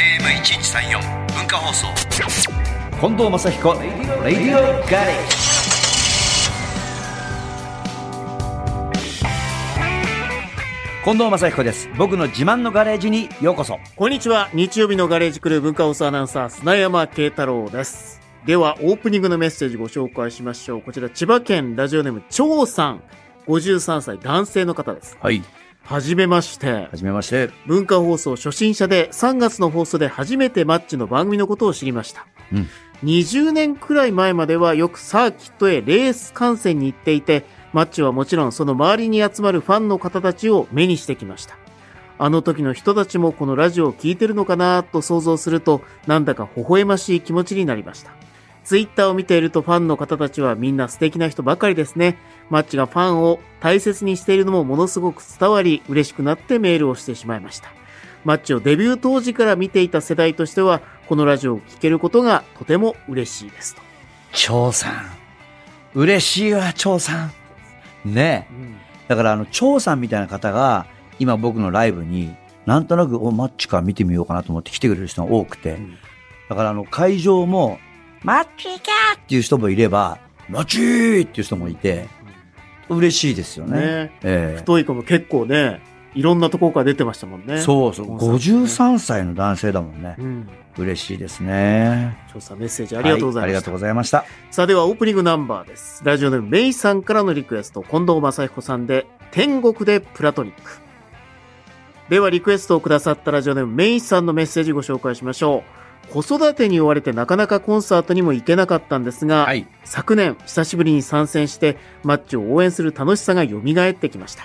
FM1134 文化放送近藤正彦レディオガレージ近藤正彦です僕の自慢のガレージにようこそこんにちは。日曜日のガレージクルー文化放送アナウンサー、砂山慶太郎です。では、オープニングのメッセージご紹介しましょう。こちら、千葉県ラジオネーム、張さん。53歳、男性の方です。はいはじめまして。はじめまして文化放送初心者で3月の放送で初めてマッチの番組のことを知りました。うん20年くらい前まではよくサーキットへレース観戦に行っていて、マッチはもちろんその周りに集まるファンの方たちを目にしてきました。あの時の人たちもこのラジオを聞いてるのかなと想像すると、なんだか微笑ましい気持ちになりました。ツイッターを見ているとファンの方たちはみんな素敵な人ばかりですね。マッチがファンを大切にしているのもものすごく伝わり、嬉しくなってメールをしてしまいました。マッチをデビュー当時から見ていた世代としては、このラジオを聴けることがとても嬉しいですと。張さん嬉しいわ張さんねえだからあの張さんみたいな方が今僕のライブになんとなくおマッチか見てみようかなと思って来てくれる人が多くて、んだからあの会場もマッチかっていう人もいればマッチーっていう人もいて嬉しいですよねねええ太い子も結構ね、いろんなところから出てましたもんね。う。そうそうコンサートね53歳の男性だもんねうん。嬉しいですね調査メッセージありがとうございました。はありがとうございましたさあではオープニングナンバーです。ラジオネームメイさんからのリクエスト、近藤正彦さんで、天国でプラトニック。ではリクエストをくださったラジオネームメイさんのメッセージご紹介しましょう。子育てに追われてなかなかコンサートにも行けなかったんですが、はい昨年久しぶりに参戦してマッチを応援する楽しさが蘇ってきました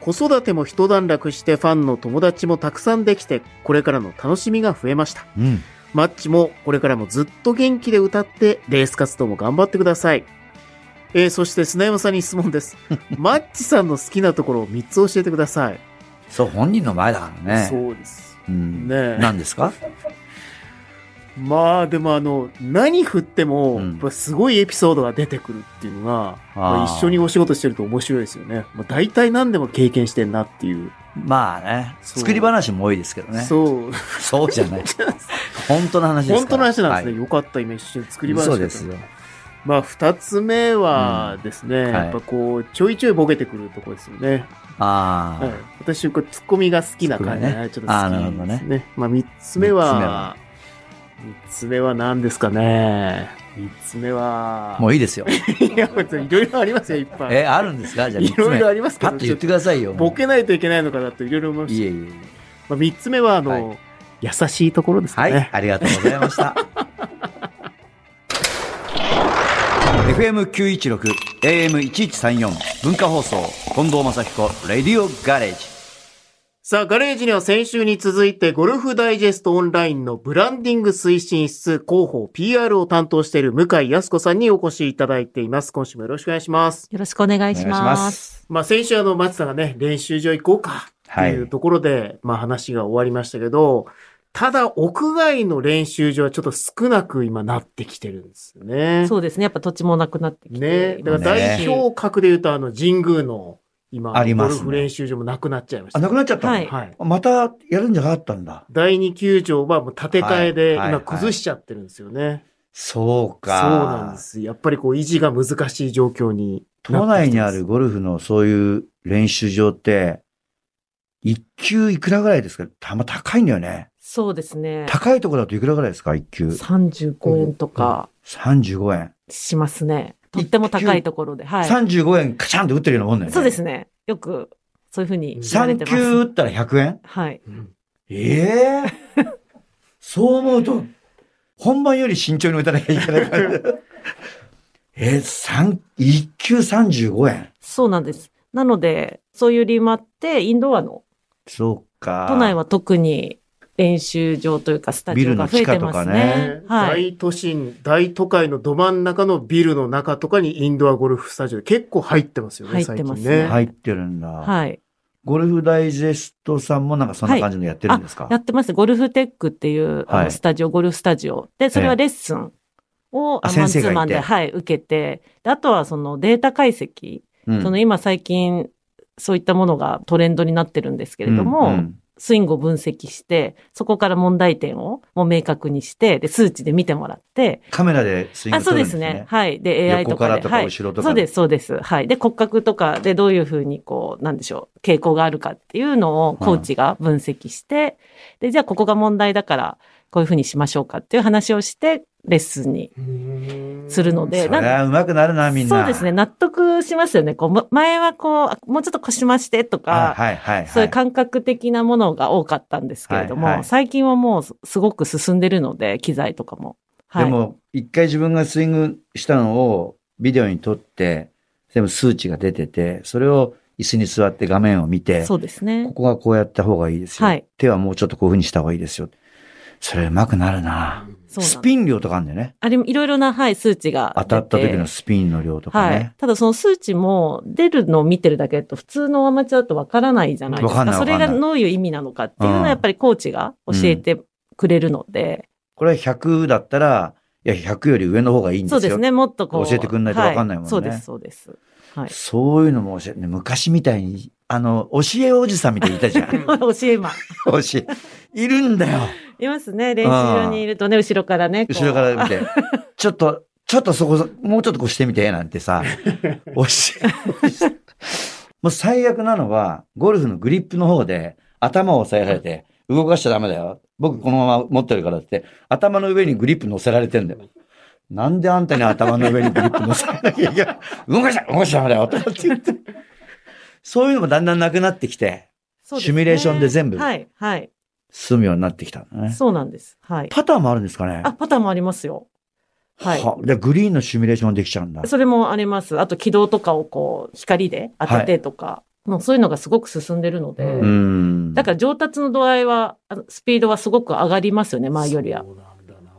子育ても一段落してファンの友達もたくさんできてこれからの楽しみが増えましたうんマッチもこれからもずっと元気で歌ってレース活動も頑張ってくださいえーそして砂山さんに質問です マッチさんの好きなところを3つ教えてください、そう本人の前だからねそうですうんねえ何ですかまあでもあの何振っても、うんやっぱすごいエピソードが出てくるっていうのが、まあ、一緒にお仕事してると面白いですよね、まあ、大体何でも経験してんなっていう、まあね、そう作り話も多いですけどね。そうそうじゃ ない。本当の話です本か当のら。話なんですね、はいよかったイメージして作り話だそとうですよ。まあ二つ目はですね、いやっぱこうちょいちょいボケてくるとこですよね、ああ、はい、私こうツッコミが好きな感じツッで、コミねちょっと好あーきなるなほどんねですねまあ三つ目は三つ目は何ですかね三つ目はもういいですよ。 いや、別にいろいろありますよ、いっぱい。え、あるんですかじゃあ3いつ目。ろいろありますけパッど、と言ってくださいよ。ちょっとボケないといけないのかなといろいろ思いまいしえた。いえいえ。まあ、3つ目は、あの、は優しいところですかはい、ね。ありがとうございました。FM916、AM1134、文化放送、近藤正彦、レディオガレージ。さあ、ガレージには先週に続いて、ゴルフダイジェストオンラインのブランディング推進室広報 PR を担当している向井康子さんにお越しいただいています。今週もよろしくお願いします。よろしくお願いします。す。まあ、先週あの、松さんがね、練習場行こうかっていうところで、まあ話が終わりましたけど、ただ、屋外の練習場はちょっと少なく今なってきてるんですよね。そうですね。やっぱ土地もなくなってきて。ねだから代表格で言うと、あの、神宮の、今、ありますゴねルフ練習場もなくなっちゃいました。あ、なくなっちゃったのはいはい。またやるんじゃなかったんだ。第二球場はもう建て替えで、はいはい今崩しちゃってるんですよね。そうそうか。なんです。やっぱりこう、維持が難しい状況にな都って内きてにまあするゴルフのそういう練習場って、一級いくらぐらいですかたま高いんだよね。そうですね。高いとこだといくらぐらいですか一級。 35円とか35円。しますね。とっても高いところで。はい。 35円カチャンって打ってるようなもんだよね。そうですね。よく、そういうふうに言われ3てます。級打ったら100円はい。うんええそう思うと、本番より慎重に打たなきゃいけない から。えー、三一級35円。そうなんです。なので、そういう理由もあって、インドアの、そうか。都内は特に練習場というか、スタジオが増えビてますルの地下ねね。はい。大都心、大都会のど真ん中のビルの中とかにインドアゴルフスタジオ結構入ってますよね、入ってます最ね近ね。入ってるんだ。はい。ゴルフダイジェストさんもなんかそんな感じのやってるんですか、やってます。ゴルフテックっていう、あのはいスタジオ、ゴルフスタジオ。で、それはレッスンを、ああマン先ツ生がいてーマンで、はい、受けて、であとはそのデータ解う析。んその今最近、そういったものがトレンドになってるんですけれども、うんうんスイングを分析して、そこから問題点をもう明確にして、で、数値で見てもらって、カメラでスイングあ、そ撮うるんでですすねね。。はい。で、AI とかで。横からとかはい後ろとかそうです、そうです。はい。で、骨格とかでどういうふうに、こう、なんでしょう、傾向があるかっていうのをコーチが分析して、で、じゃあここが問題だから、こういうふうにしましょうかっていう話をして、レッスンにするので、そりゃうまくなるな、みんな。そうですね。納得しますよね。こう、も前はこうあ、もうちょっとこしましてとあ。か、はいはいはい。そういう感覚的なものが多かったんですけれども、はいはい最近はもうすすごく進んでるので、機材とかも。はい。でも、一回自分がスイングしたのをビデオに撮って、でも数値が出てて、それを椅子に座って画面を見て、そうですねこ。こはこうやった方がいいですよ。はい手はもうちょっとこういう風にした方がいいですよ。それうまくなるな。そうなスんですピン量とかあるんだよね。あれもいろいろな、はい、数値が当出て。たった時のスピンの量とかはねい。。ただその数値も出るのを見てるだけだと普通のアマチュアだとわからないじゃないですわかか。んないわそかんなれいがどういう意味なのかっていうのはやっぱりコーチが教えてくれるので、これは100だったら、いや、100より上の方がいいんですそよ。うですね、もっとこう。教えてくんないとわかんないもんねはそうです、そうです。 はい。そういうのも教えて、ね、昔みたいに、あの、教えおじさんみたいにいたじゃん。教教えまえ、いるんだよ。いますね。練習場にいるとね、後ろからね。こう後ろから見 て、ちょっと、ちょっとそこ、もうちょっとこうしてみて、なんて さ、教えおじさんもう最悪なのは、ゴルフのグリップの方で、頭を押さえられて、動かしちゃダメだよ。僕このまま持ってるからって、頭の上にグリップ乗せられてんだよ。なんであんたに頭の上にグリップ乗せられなきゃいけない動かしちゃ、動かしちゃダメだよ、とかって言って。そういうのもだんだんなくなってきて、そうですシねミュレーションで全部はい、はい。済むようになってきたんだね。そうなんです。はい。パターンもあるんですかねあ、パターンもありますよ。はい。はでグリーンのシミュレーションできちゃうんだ。それもあります。あと軌道とかをこう、光で当ててとか、もうそういうのがすごく進んでるので、うーん。だから上達の度合いは、あのスピードはすごく上がりますよね、前よりは。そうなん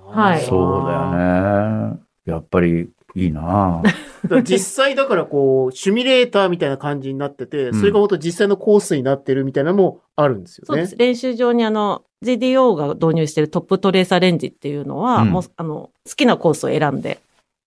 だなはいそうだよね。やっぱりいい なだから実際だからこう、シミュレーターみたいな感じになってうて、んそれが本当実際のコースになってるみたいなのもあるんですよね。そうです。練習場にあの、GDO が導入しているトップトレーサーレンジっていうのは、うんもう、あの、好きなコースを選んで、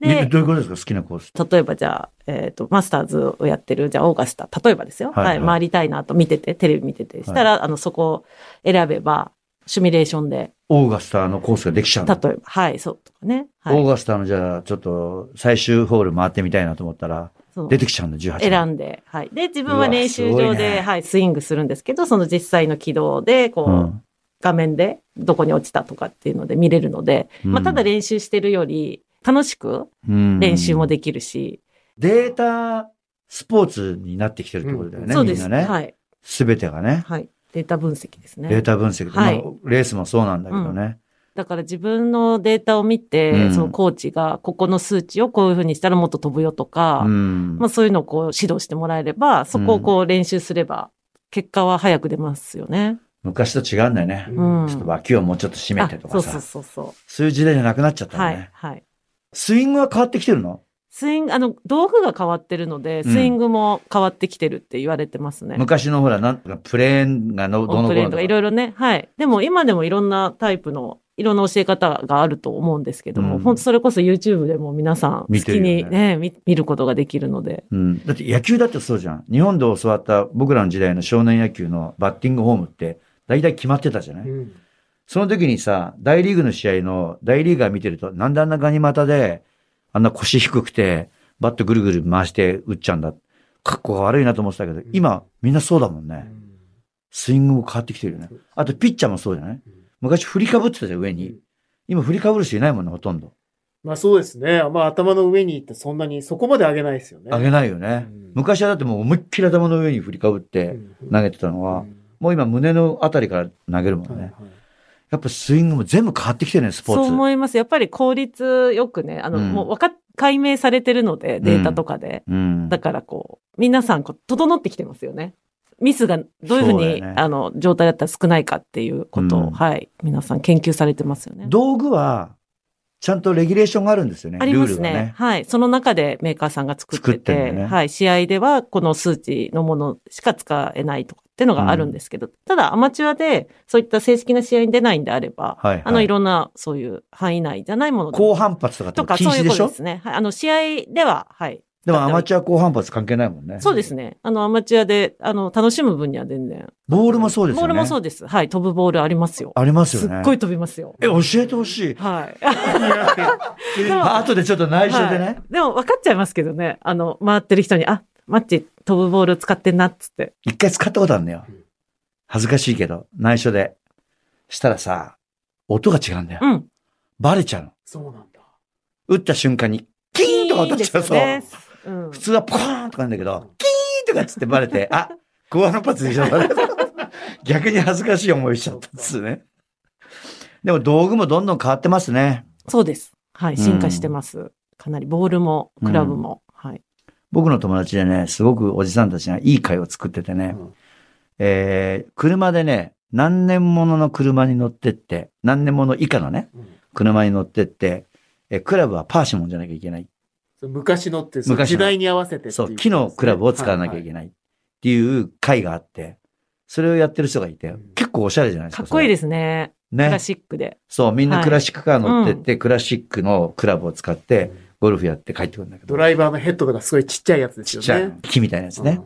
えで、どういうことですか好きなコース。例えばじゃあ、えっ、と、マスターズをやってる、じゃあ、オーガスタ、例えばですよ。ははいい、はい回りたいなと見てて、テレビ見てて。したら、あの、そこを選べば、シミュレーションで、オーガスタのコースができちゃう例えの。ば、はい、そうとかね。はオーい。ガスタのじゃあ、ちょっと最終ホール回ってみたいなと思ったら、その出てきちゃうんだ、18番。選んで、はい。で、自分は練習うわすご場いで、ねはい、スイングするんですけど、その実際の軌道で、こう、うん画面でどこに落ちたとかっていうので見れるので、うまあ、んただ練習してるより、楽しくうん練習もできるし、データスポーツになってきてるってことだよね、そうみでんなす。ね。はい。すべてがね。はい。データ分析ですね。データ分析。はいまあレースもそうなんだけどね。だから自分のデータを見て、うんそのコーチが、ここの数値をこういうふうにしたらもっと飛ぶよとか、うんまあそういうのをこう指導してもらえれば、そこをこう練習すれば、結果は早く出ますよね。昔と違うんだよね。うん。ちょっと脇をもうちょっと締めあてとそかうそさ。うそうそそういう時代じゃなくなっちゃっう。たはよいね。。はい。スイングは変わってきてるのスイング、あの、道具が変わってるので、スイングも変わってきてるって言われてますね。昔のほら、なんとかプレーンがのオどンのプレー頃とンとかかいろいろね。はい。でも今でもいろんなタイプの、いろんな教え方があると思うんですけども、うん本当それこそ YouTube でも皆さん好見てるよきねにね、見見ることができるので。うん、だって野球だってそうじゃん。日本で教わった僕らの時代の少年野球のバッティングフォームって大体決まってたじゃない、うんその時にさ、大リーグの試合の大リーガー見てると、なんであんなガニ股で、あんな腰低くて、バットぐるぐる回して打っちゃうんだ。格好が悪いなと思ってたけど、今みんなそうだもんね。スイングも変わってきてるよね。あとピッチャーもそうじゃない昔振りかぶってたじゃん、上に。今振りかぶる人いないもんね、ほとんど。まあそうですね。まあ頭の上に行ってそんなにそこまで上げないですよね。上げないよね。うん昔はだってもう思いっきり頭の上に振りかぶって投げてたのうんは、もう今胸のあたりから投げるもんね。はいはいやっぱスイングも全部変わってきてるね、スポそうーツ。思います。やっぱり効率よくね、あの、うんもうわかっ、解明されてるので、データとかで。うんだ。からこう、皆さんこう、整ってきてますよね。ミスがどういうふうそうだよに、ねあの、状態だったら少ないかっていうことを、うんはい、皆さん研究されてますよね。道具は、ちゃんとレギュレーションがあるんですよね。ありまルーすルねがね。はい。その中でメーカーさんが作って作ってんだて、よねはい。試合ではこの数値のものしか使えないとかっていうのがあるんですけど、ただアマチュアでそういった正式な試合に出ないんであれば、はいはいあの、いろんなそういう範囲内じゃないものでも高反発とかってとか、禁そうい止うでこしとょですね。はい。あの、試合では、はい。でもアマチュア高反発関係ないもんね。そうですね。あの、アマチュアで、あの、楽しむ分には全然。ボールもそうですよね。ボールもそうです。はい。飛ぶボールありますよ。ありますよすね。っごい。飛びますよ。え、教えてほしい。はい。 まあ後でちょっと内緒でね。はいでも分かっちゃいますけどね。あの、回ってる人に、あ、マッチ飛ぶボール使ってんなっつって。一回使ったことあるのよ。恥ずかしいけど、内緒で。したらさ、音が違うんだよ。うん。バレちゃうの。そうなんだ。打った瞬間に、キーンとか当たっちゃうそう。いいですよねうん普通はポコーンとかなんだけど、キーンとかっつってバレて、あ、ゴアのパスでしょ、 バレた逆に恥ずかしい思いしちゃったっつうね。でも道具もどんどん変わってますね。そうです。はい。進化してます。かなり、ボールも、クラブも。はい。僕の友達でね、すごくおじさんたちがいい会を作っててね、うんえー、車でね、何年ものの車に乗ってって、何年もの以下のね、うん車に乗ってって、えークラブはパーシモンじゃなきゃいけない。それ昔のって、その昔の時代に合わせてっていそうう、木のクラブを使わなきゃいけなない。いっていう会があって、それをやってる人がいてうん、結構おしゃれじゃないですかか。。っこいいですすね。クねラ。シックで。そう、みんなクラシックカー乗ってって、クラシックのクラブを使って、ゴルフやって帰ってくるんだけどド、ライバーのヘッドとかすごいちっちゃいやつですちっよね。ちゃい木みたいなやつね。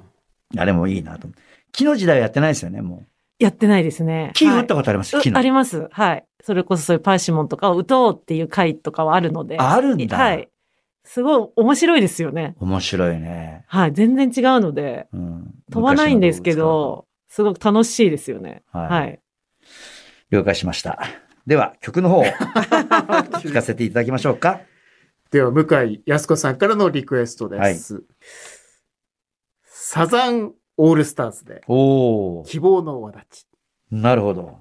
あれもいいなと思って。木の時代はやってないですよね、もう。やってないですね。木は打いったことあります、木うのあ。ります。はい。それこそそういうパーシモンとかを打とうっていう回とかはあるので。あるんだはい。すごい面白いですよね。面白いね。はい。全然違うので、うん。飛ばないんですけど、すごく楽しいですよね。昔の道具使うから。ははい。い。了解しました。では、曲の方を聞かせていただきましょう か。では、向井康子さんからのリクエストです。サザンオールスターズで、おー。希望の輪立ち。なるほど。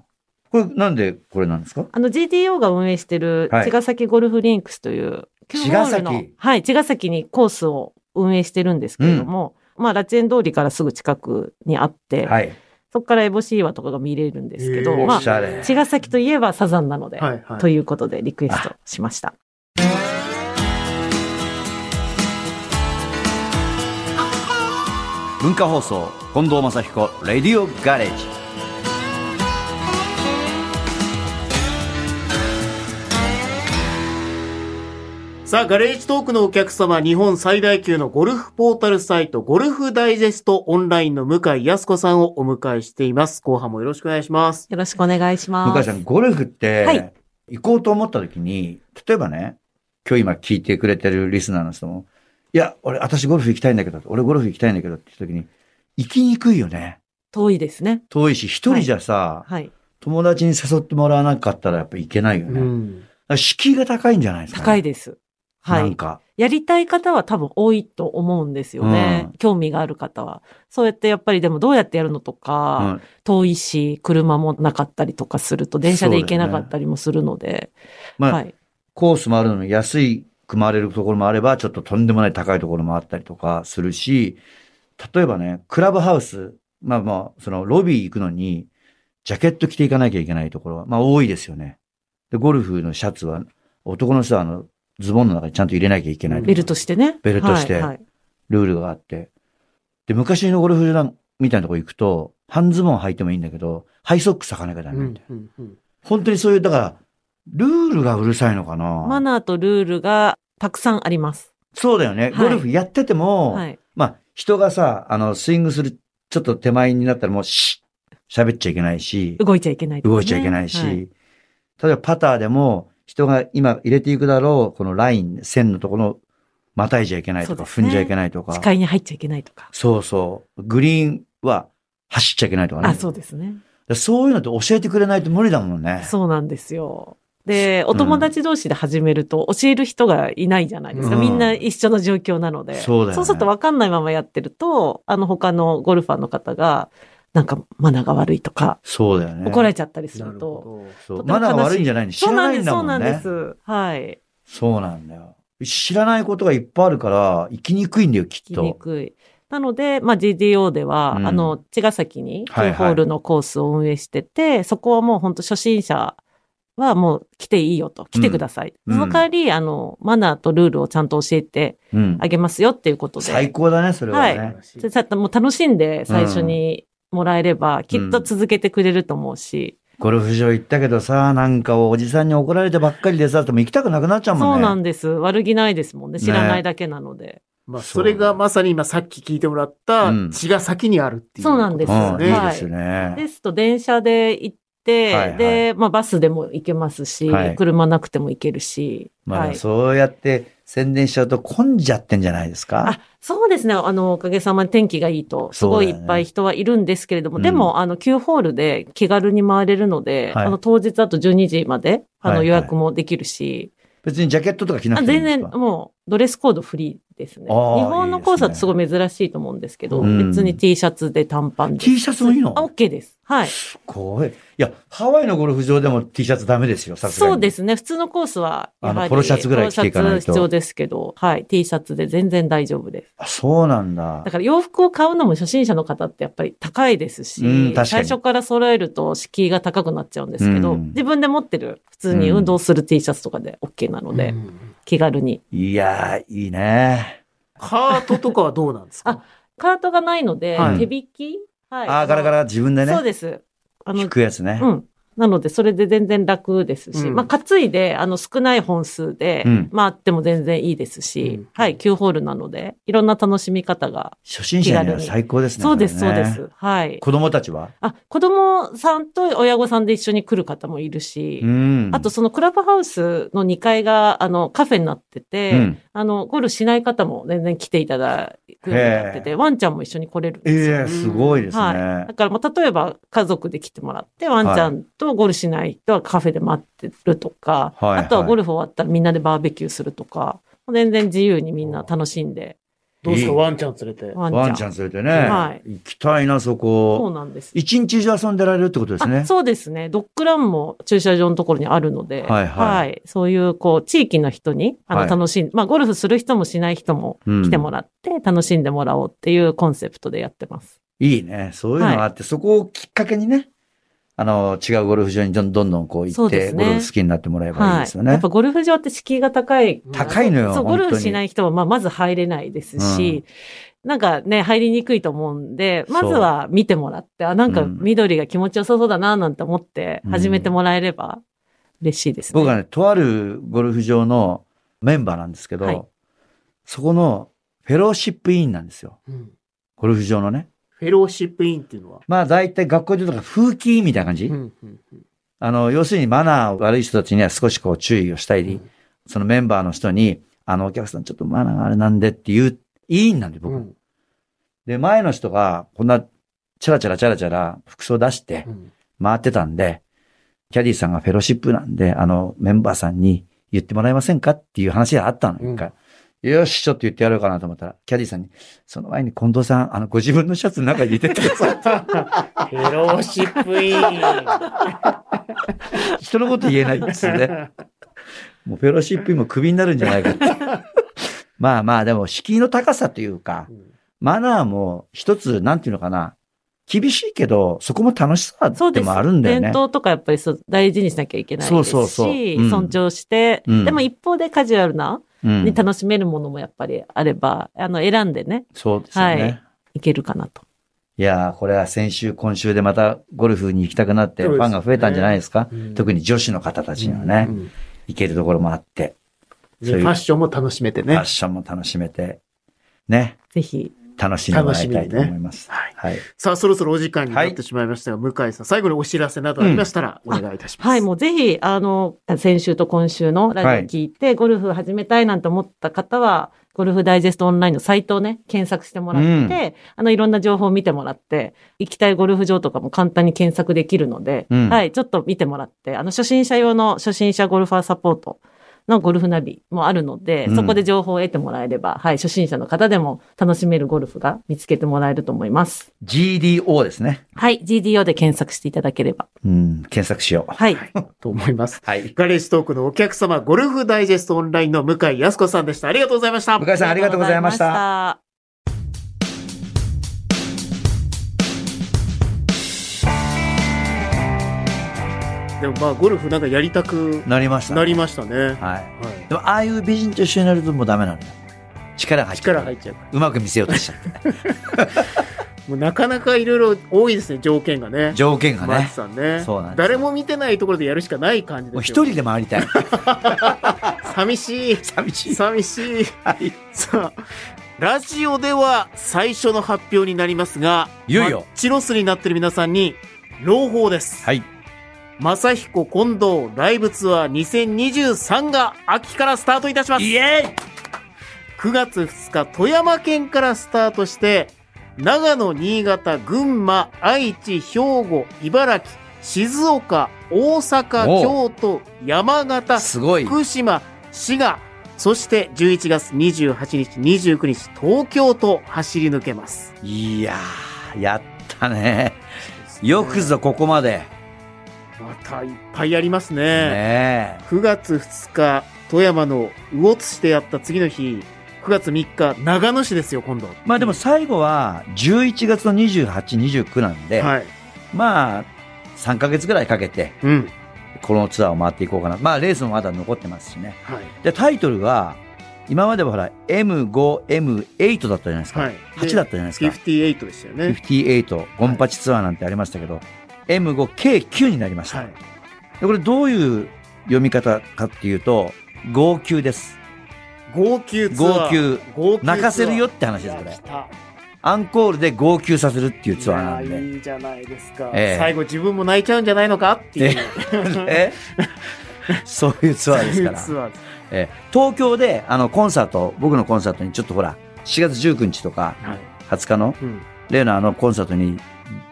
これ、なんでこれなんですかあの GTO が運営してるはい茅ヶ崎ゴルフリンクスという、9ホール茅ヶの崎はい、茅ヶ崎にコースを運営してるんですけれども、まあ、ラチェン通りからすぐ近くにあって、はい。そこからエボシーワとかが見れるんですけへど、ーまおしゃれあ、茅ヶ崎といえばサザンなので、はいはい。ということでリクエストしました。文化放送、近藤正彦、レディオガレージ。さあ、ガレージトークのお客様、日本最大級のゴルフポータルサイト、ゴルフダイジェストオンラインの向井康子さんをお迎えしています。後半もよろしくお願いします。よろしくお願いします。向井さん、ゴルフっはいて、行こうと思った時に、例えばね、今日今聞いてくれてるリスナーの人も、いや、俺、私ゴルフ行きたいんだけど、俺ゴルフ行きたいんだけどって時に、行きにくいよね。遠いですね。遠いし、一人じゃさ、はい。友達に誘ってもらわなかったらやっぱ行けないよね。だから敷居が高いんじゃないですか、ね。高いです。はなんい。か。やりたい方は多分多いと思うんですよね。うん興味がある方は。そうやってやっぱりでもどうやってやるのとうか、ん、遠いし、車もなかったりとかすると、電車で行けなかったりもするので。まあ、はい。コースもあるのに安いく回れるところもあれば、ちょっととんでもない高いところもあったりとかするし、例えばね、クラブハウス、まあまあ、そのロビー行くのに、ジャケット着ていかなきゃいけないところは、まあ多いですよね。で、ゴルフのシャツは、男の人はあの、ズボンの中にちゃんと入れなきゃいけないとかベルトしてね。ベルトしてはいはい。ルールがあって。で、昔のゴルフ場みたいなとこ行くと、半ズボン履いてもいいんだけど、ハイソックス履かなきゃダメみたいな。本当にそういう、だから、ルールがうるさいのかなマナーとルールがたくさんあります。そうだよね。いゴルフやってても、はい。まあ、人がさ、あの、スイングする、ちょっと手前になったらもう、し喋っちゃいけないし、動いちゃいけないとかね、動いちゃいけないし、は例えばパターでも、人が今入れていくだろう、このライン、線のところ、またいじゃいけないとか、そうですね踏んじゃいけないとか。視界に入っちゃいけないとか。そうそう。グリーンは走っちゃいけないとかね。あ、そうですね。でそういうのって教えてくれないと無理だもんね。そうなんですよ。で、お友達同士で始めると教える人がいないじゃないですか。うんみんな一緒の状況なので。そうだよねすると分かんないままやってると、あの他のゴルファーの方が、なんかマナーが悪いとか、そうだよね。怒られちゃったりすなるると。ほそうとてもマ悲ナしいーが悪いんじゃないの知そうらななんいでんす、だそもうんなんでね。す。はい。そうなんだよ。知らないことがいっぱいあるから、行きにくいんだよ、きっ聞きにと。くい。なので、まあ、GDO では、うんあの、茅ヶ崎にはいはい9ホールのコースを運営してて、そこはもう本当初心者はもう来ていいよと、来てください。うんその代わり、あの、マナーとルールをちゃんと教えてうんあ。げますよっていうことで。最高だね、それはね。はど。でさもう楽しんで最初にもらえれば、きっと続けてくれると思うし、ゴルフ場行ったけどさ、なんかおじさんに怒られてばっかりでさ、でも行きたくなくなっちゃうもんね。そうなんです。悪気ないですもんね。知らないだけなので。まあ、それがまさに今さっき聞いてもらったうん血が先にあるっていう。そうなんですうん、いねいはでいすね。ですと電車で行って、はいはいで、まあバスでも行けますし、はい車なくても行けるし、まはあ、い。そうやって宣伝しちゃうと混んじゃってんじゃないですかあ。そうですね。あの、おかげさまで天気がいいと、すごいいっぱい人はいるんですけれども、そうだでよねも、あの、9ホールで気軽に回れるので、はいあの、当日だと12時まで、あはいの、はい予約もできるし、別にジャケットとか着なくあていいん全です然かもう、ドレスコードフリーですね。日あー本のコースだとすごい珍しいと思うんですけど、うん別に T シャツで短パンで。 T シャツもいいのあ、OK です。はい。すごい。いや、ハワイのゴルフ場でも T シャツダメですよ、さすがに。そうですね。普通のコースは、やあはのり、ポロシャツぐらい着ていかないとポロシャツ必要ですけど、はい。T シャツで全然大丈夫です。あ。そうなんだだ。から洋服を買うのも初心者の方ってやっぱり高いですし、うん確かに最初から揃えると敷居が高くなっちゃうんですけど、うん自分で持ってる、普通に運動する T シャツとかで OK なので、うん気軽に。いやー、いいね。カートとかはどうなんですかカートがないので、はい手引きはい。あー、ガラガラ自分でねそう、です。あの引、くやつねう。ん。なので、それで全然楽ですし、うんまあ、担いで、あの、少ない本数で、うんまあ、あっても全然いいですし、うんはい、9ホールなので、いろんな楽しみ方が。初心者には最高ですね。そうです、こそうれねです。はい。子供たちはあ、子供さんと親御さんで一緒に来る方もいるし、んあと、そのクラブハウスの2階が、あの、カフェになってて、うんあの、ゴルフしない方も全然来ていただくようになってへて、ワンちゃんも一緒に来れるんでえすよ。えすごいですね。はい。だから、まあ、例えば家族で来てもらって、ワンちゃんとゴルフしない人はカフェで待ってるとか、はいはいあとはゴルフ終わったらみんなでバーベキューするとか、全然自由にみんな楽しんで、どうですかいいワンちゃん連れて。ワンちゃん。ワンちゃん連れてね、は行きたいな、そそうこ。なんです。一日中遊んでられるってことですね。あそうですね。ドッグランも駐車場のところにあるので、はいはいそういう、こう、地域の人に、あはいの、楽しん、まあ、ゴルフする人もしない人もうん来てもらって、楽しんでもらおうっていうコンセプトでやってます。いいね。そういうのがあって、そこをきっかけにね、あの、違うゴルフ場にどんどんどんこう行そうって、ですゴねルフ好きになってもらえばいいですよね。やっぱゴルフ場って敷居が高い。高いのよそ本う、ゴ当にルフしない人は、まあ、まず入れないですし、なんかね、入りにくいと思うんで、まずは見てもらって、あ、なんかうん緑が気持ちよさそうだな、なんて思ってうん始めてもらえれば嬉しいですね。僕はね、とあるゴルフ場のメンバーなんですけど、はいそこのフェローシップ委員なんですよ。うんゴルフ場のね。フェローシップ委員っていうのは。まあ大体学校でいうとか風紀委員みたいな感じ、うんうんうんあの、要するにマナー悪い人たちには少しこう注意をしたり、うんそのメンバーの人に、あのお客さんちょっとマナーがあれなんでっていう委員なんで僕。うんで、前の人がこんなチャラチャラチャラチャラ服装出 して、うん回ってたんで、キャディーさんがフェロシップなんで、あの、メンバーさんに言ってもらえませんかっていう話があったの、一回。よし、ちょっと言ってやろうかなと思ったら、キャディーさんに、その前に近藤さん、あの、ご自分のシャツの中に入れてってください。フェローシップ委員。人のこと言えないですね。もうフェロシップもクビになるんじゃないか って。まあまあ、でも、敷居の高さというか、マナーも一つ、なんていうのかな、厳しいけど、そこも楽しさそうでです。もあるんだよね伝。統とかやっぱりそう大事にしなきゃいけないですし、そうそうそううん尊重して、うんでも一方でカジュアルな、うんに楽しめるものもやっぱりあれば、あの、選んでね、そうですよね。はいいけるかなと。いやー、これは先週、今週でまたゴルフに行きたくなって、そうフですァンが増えたんじゃないですかうん特に女子の方たちにはね、うん行けるところもあって、でそういうファッションも楽しめてファねッ。ションも楽しめて、ね、ぜひ、楽しんでもらいたいと思います。楽しみにねはい。さあ、そろそろお時間になってしまいましたが、向井さん、最後にお知らせなどありましたら、お願いいたします。はい、もうぜひ、あの、先週と今週のラジオ聞いて、ゴルフ始めたいなんて思った方は、ゴルフダイジェストオンラインのサイトをね、検索してもらって、あの、いろんな情報を見てもらって、行きたいゴルフ場とかも簡単に検索できるので、うんはい、ちょっと見てもらって、あの、初心者用の初心者ゴルファーサポートのゴルフナビもあるので、うんそこで情報を得てもらえれば、はい、初心者の方でも楽しめるゴルフが見つけてもらえると思います。 GDO ですね。はい、GDO で検索していただければ。うん、検索しよう。はい。と思います。はい。ガレージトークのお客様、ゴルフダイジェストオンラインの向井康子さんでした。ありがとうございました。向井さん、ありがとうございました。た。でもまあ、ゴルフなんかやりたくなりました、なりましたね。はい。はいでも、ああいう美人と一緒になるともうダメなのよ。力が入っちゃう。力入っちゃう。うまく見せようとしちゃって。もうなかなかいろいろ多いですね、条件 がね。条件がマッねチ。さんね。そうなんです誰も見てないところでやるしかない感じですもよ。う一人で回りたい。寂しい。 寂しい。 寂しい。はい。さあ、ラジオでは最初の発表になりますが、いよいよマッチロスになってる皆さんに、朗報です。はい。正彦近藤ライブツアー2023が秋からスタートいたします。イエ9月2日、富山県からスタートして、長野、新潟、群馬、愛知、兵庫、茨城、静岡、大阪、お京都、山形、すごい福島、滋賀、そして11月28日、29日、東京と走り抜けます。イいやー、やったね。よくぞここまで。またいっぱいありますね。ねえ。 9月2日、富山の魚津市でやった次の日、9月3日、長野市ですよ、今度。まあでも最後は11月の28、29なんで、はい。まあ3ヶ月ぐらいかけてうん。このツアーを回っていこうかな。まあレースもまだ残ってますしね。はい。で、タイトルが今まではほら M5、M8 だったじゃないですか。はい。 8だったじゃないですか。 58でしたよね。 58ゴンパチツアーなんてありましたけど、M5 計9になりました、はい。でこれどういう読み方かっていうと号泣です号泣ツア号ー。泣号泣ツアー。泣かせるよって話ですこいやれ来たアンコールで号泣させるっていうツアーなんいやでいいじゃないですか。ええ最後自分も泣いちゃうんじゃないのかっていう。えそういうツアーですから ツアーですえー東京であのコンサート僕のコンサートにちょっとほら4月19日とかはい。 20日のうん。例のあのコンサートに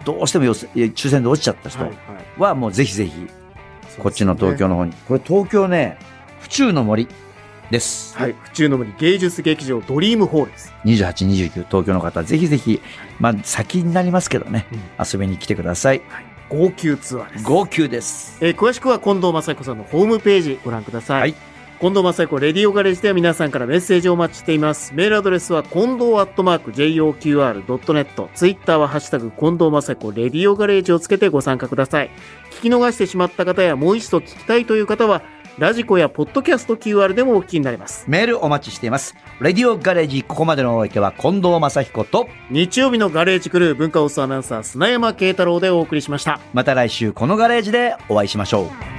どうしても予選抽選で落ちちゃった人はいはもうぜひぜひこっちの東京の。の方に。これ東京ね、府中の森です。はい。府中の森芸術劇場ドリームホールです。 28、29、東京の方、ぜひぜひ、まあ、先になりますけどね、うん遊びに来てください。号泣ツアーです。号泣です。えー詳しくは近藤正彦さんのホームページご覧ください。はい近藤正彦レディオガレージでは皆さんからメッセージをお待ちしています。メールアドレスは近藤アットマーク JOQR.net。ツイッターはハッシュタグ近藤正彦レディオガレージをつけてご参加ください。聞き逃してしまった方やもう一度聞きたいという方は、ラジコやポッドキャスト QR でもお聞きになります。メールお待ちしています。レディオガレージ、ここまでのお相手は近藤正彦と、日曜日のガレージクルー文化放送アナウンサー砂山慶太郎でお送りしました。また来週このガレージでお会いしましょう。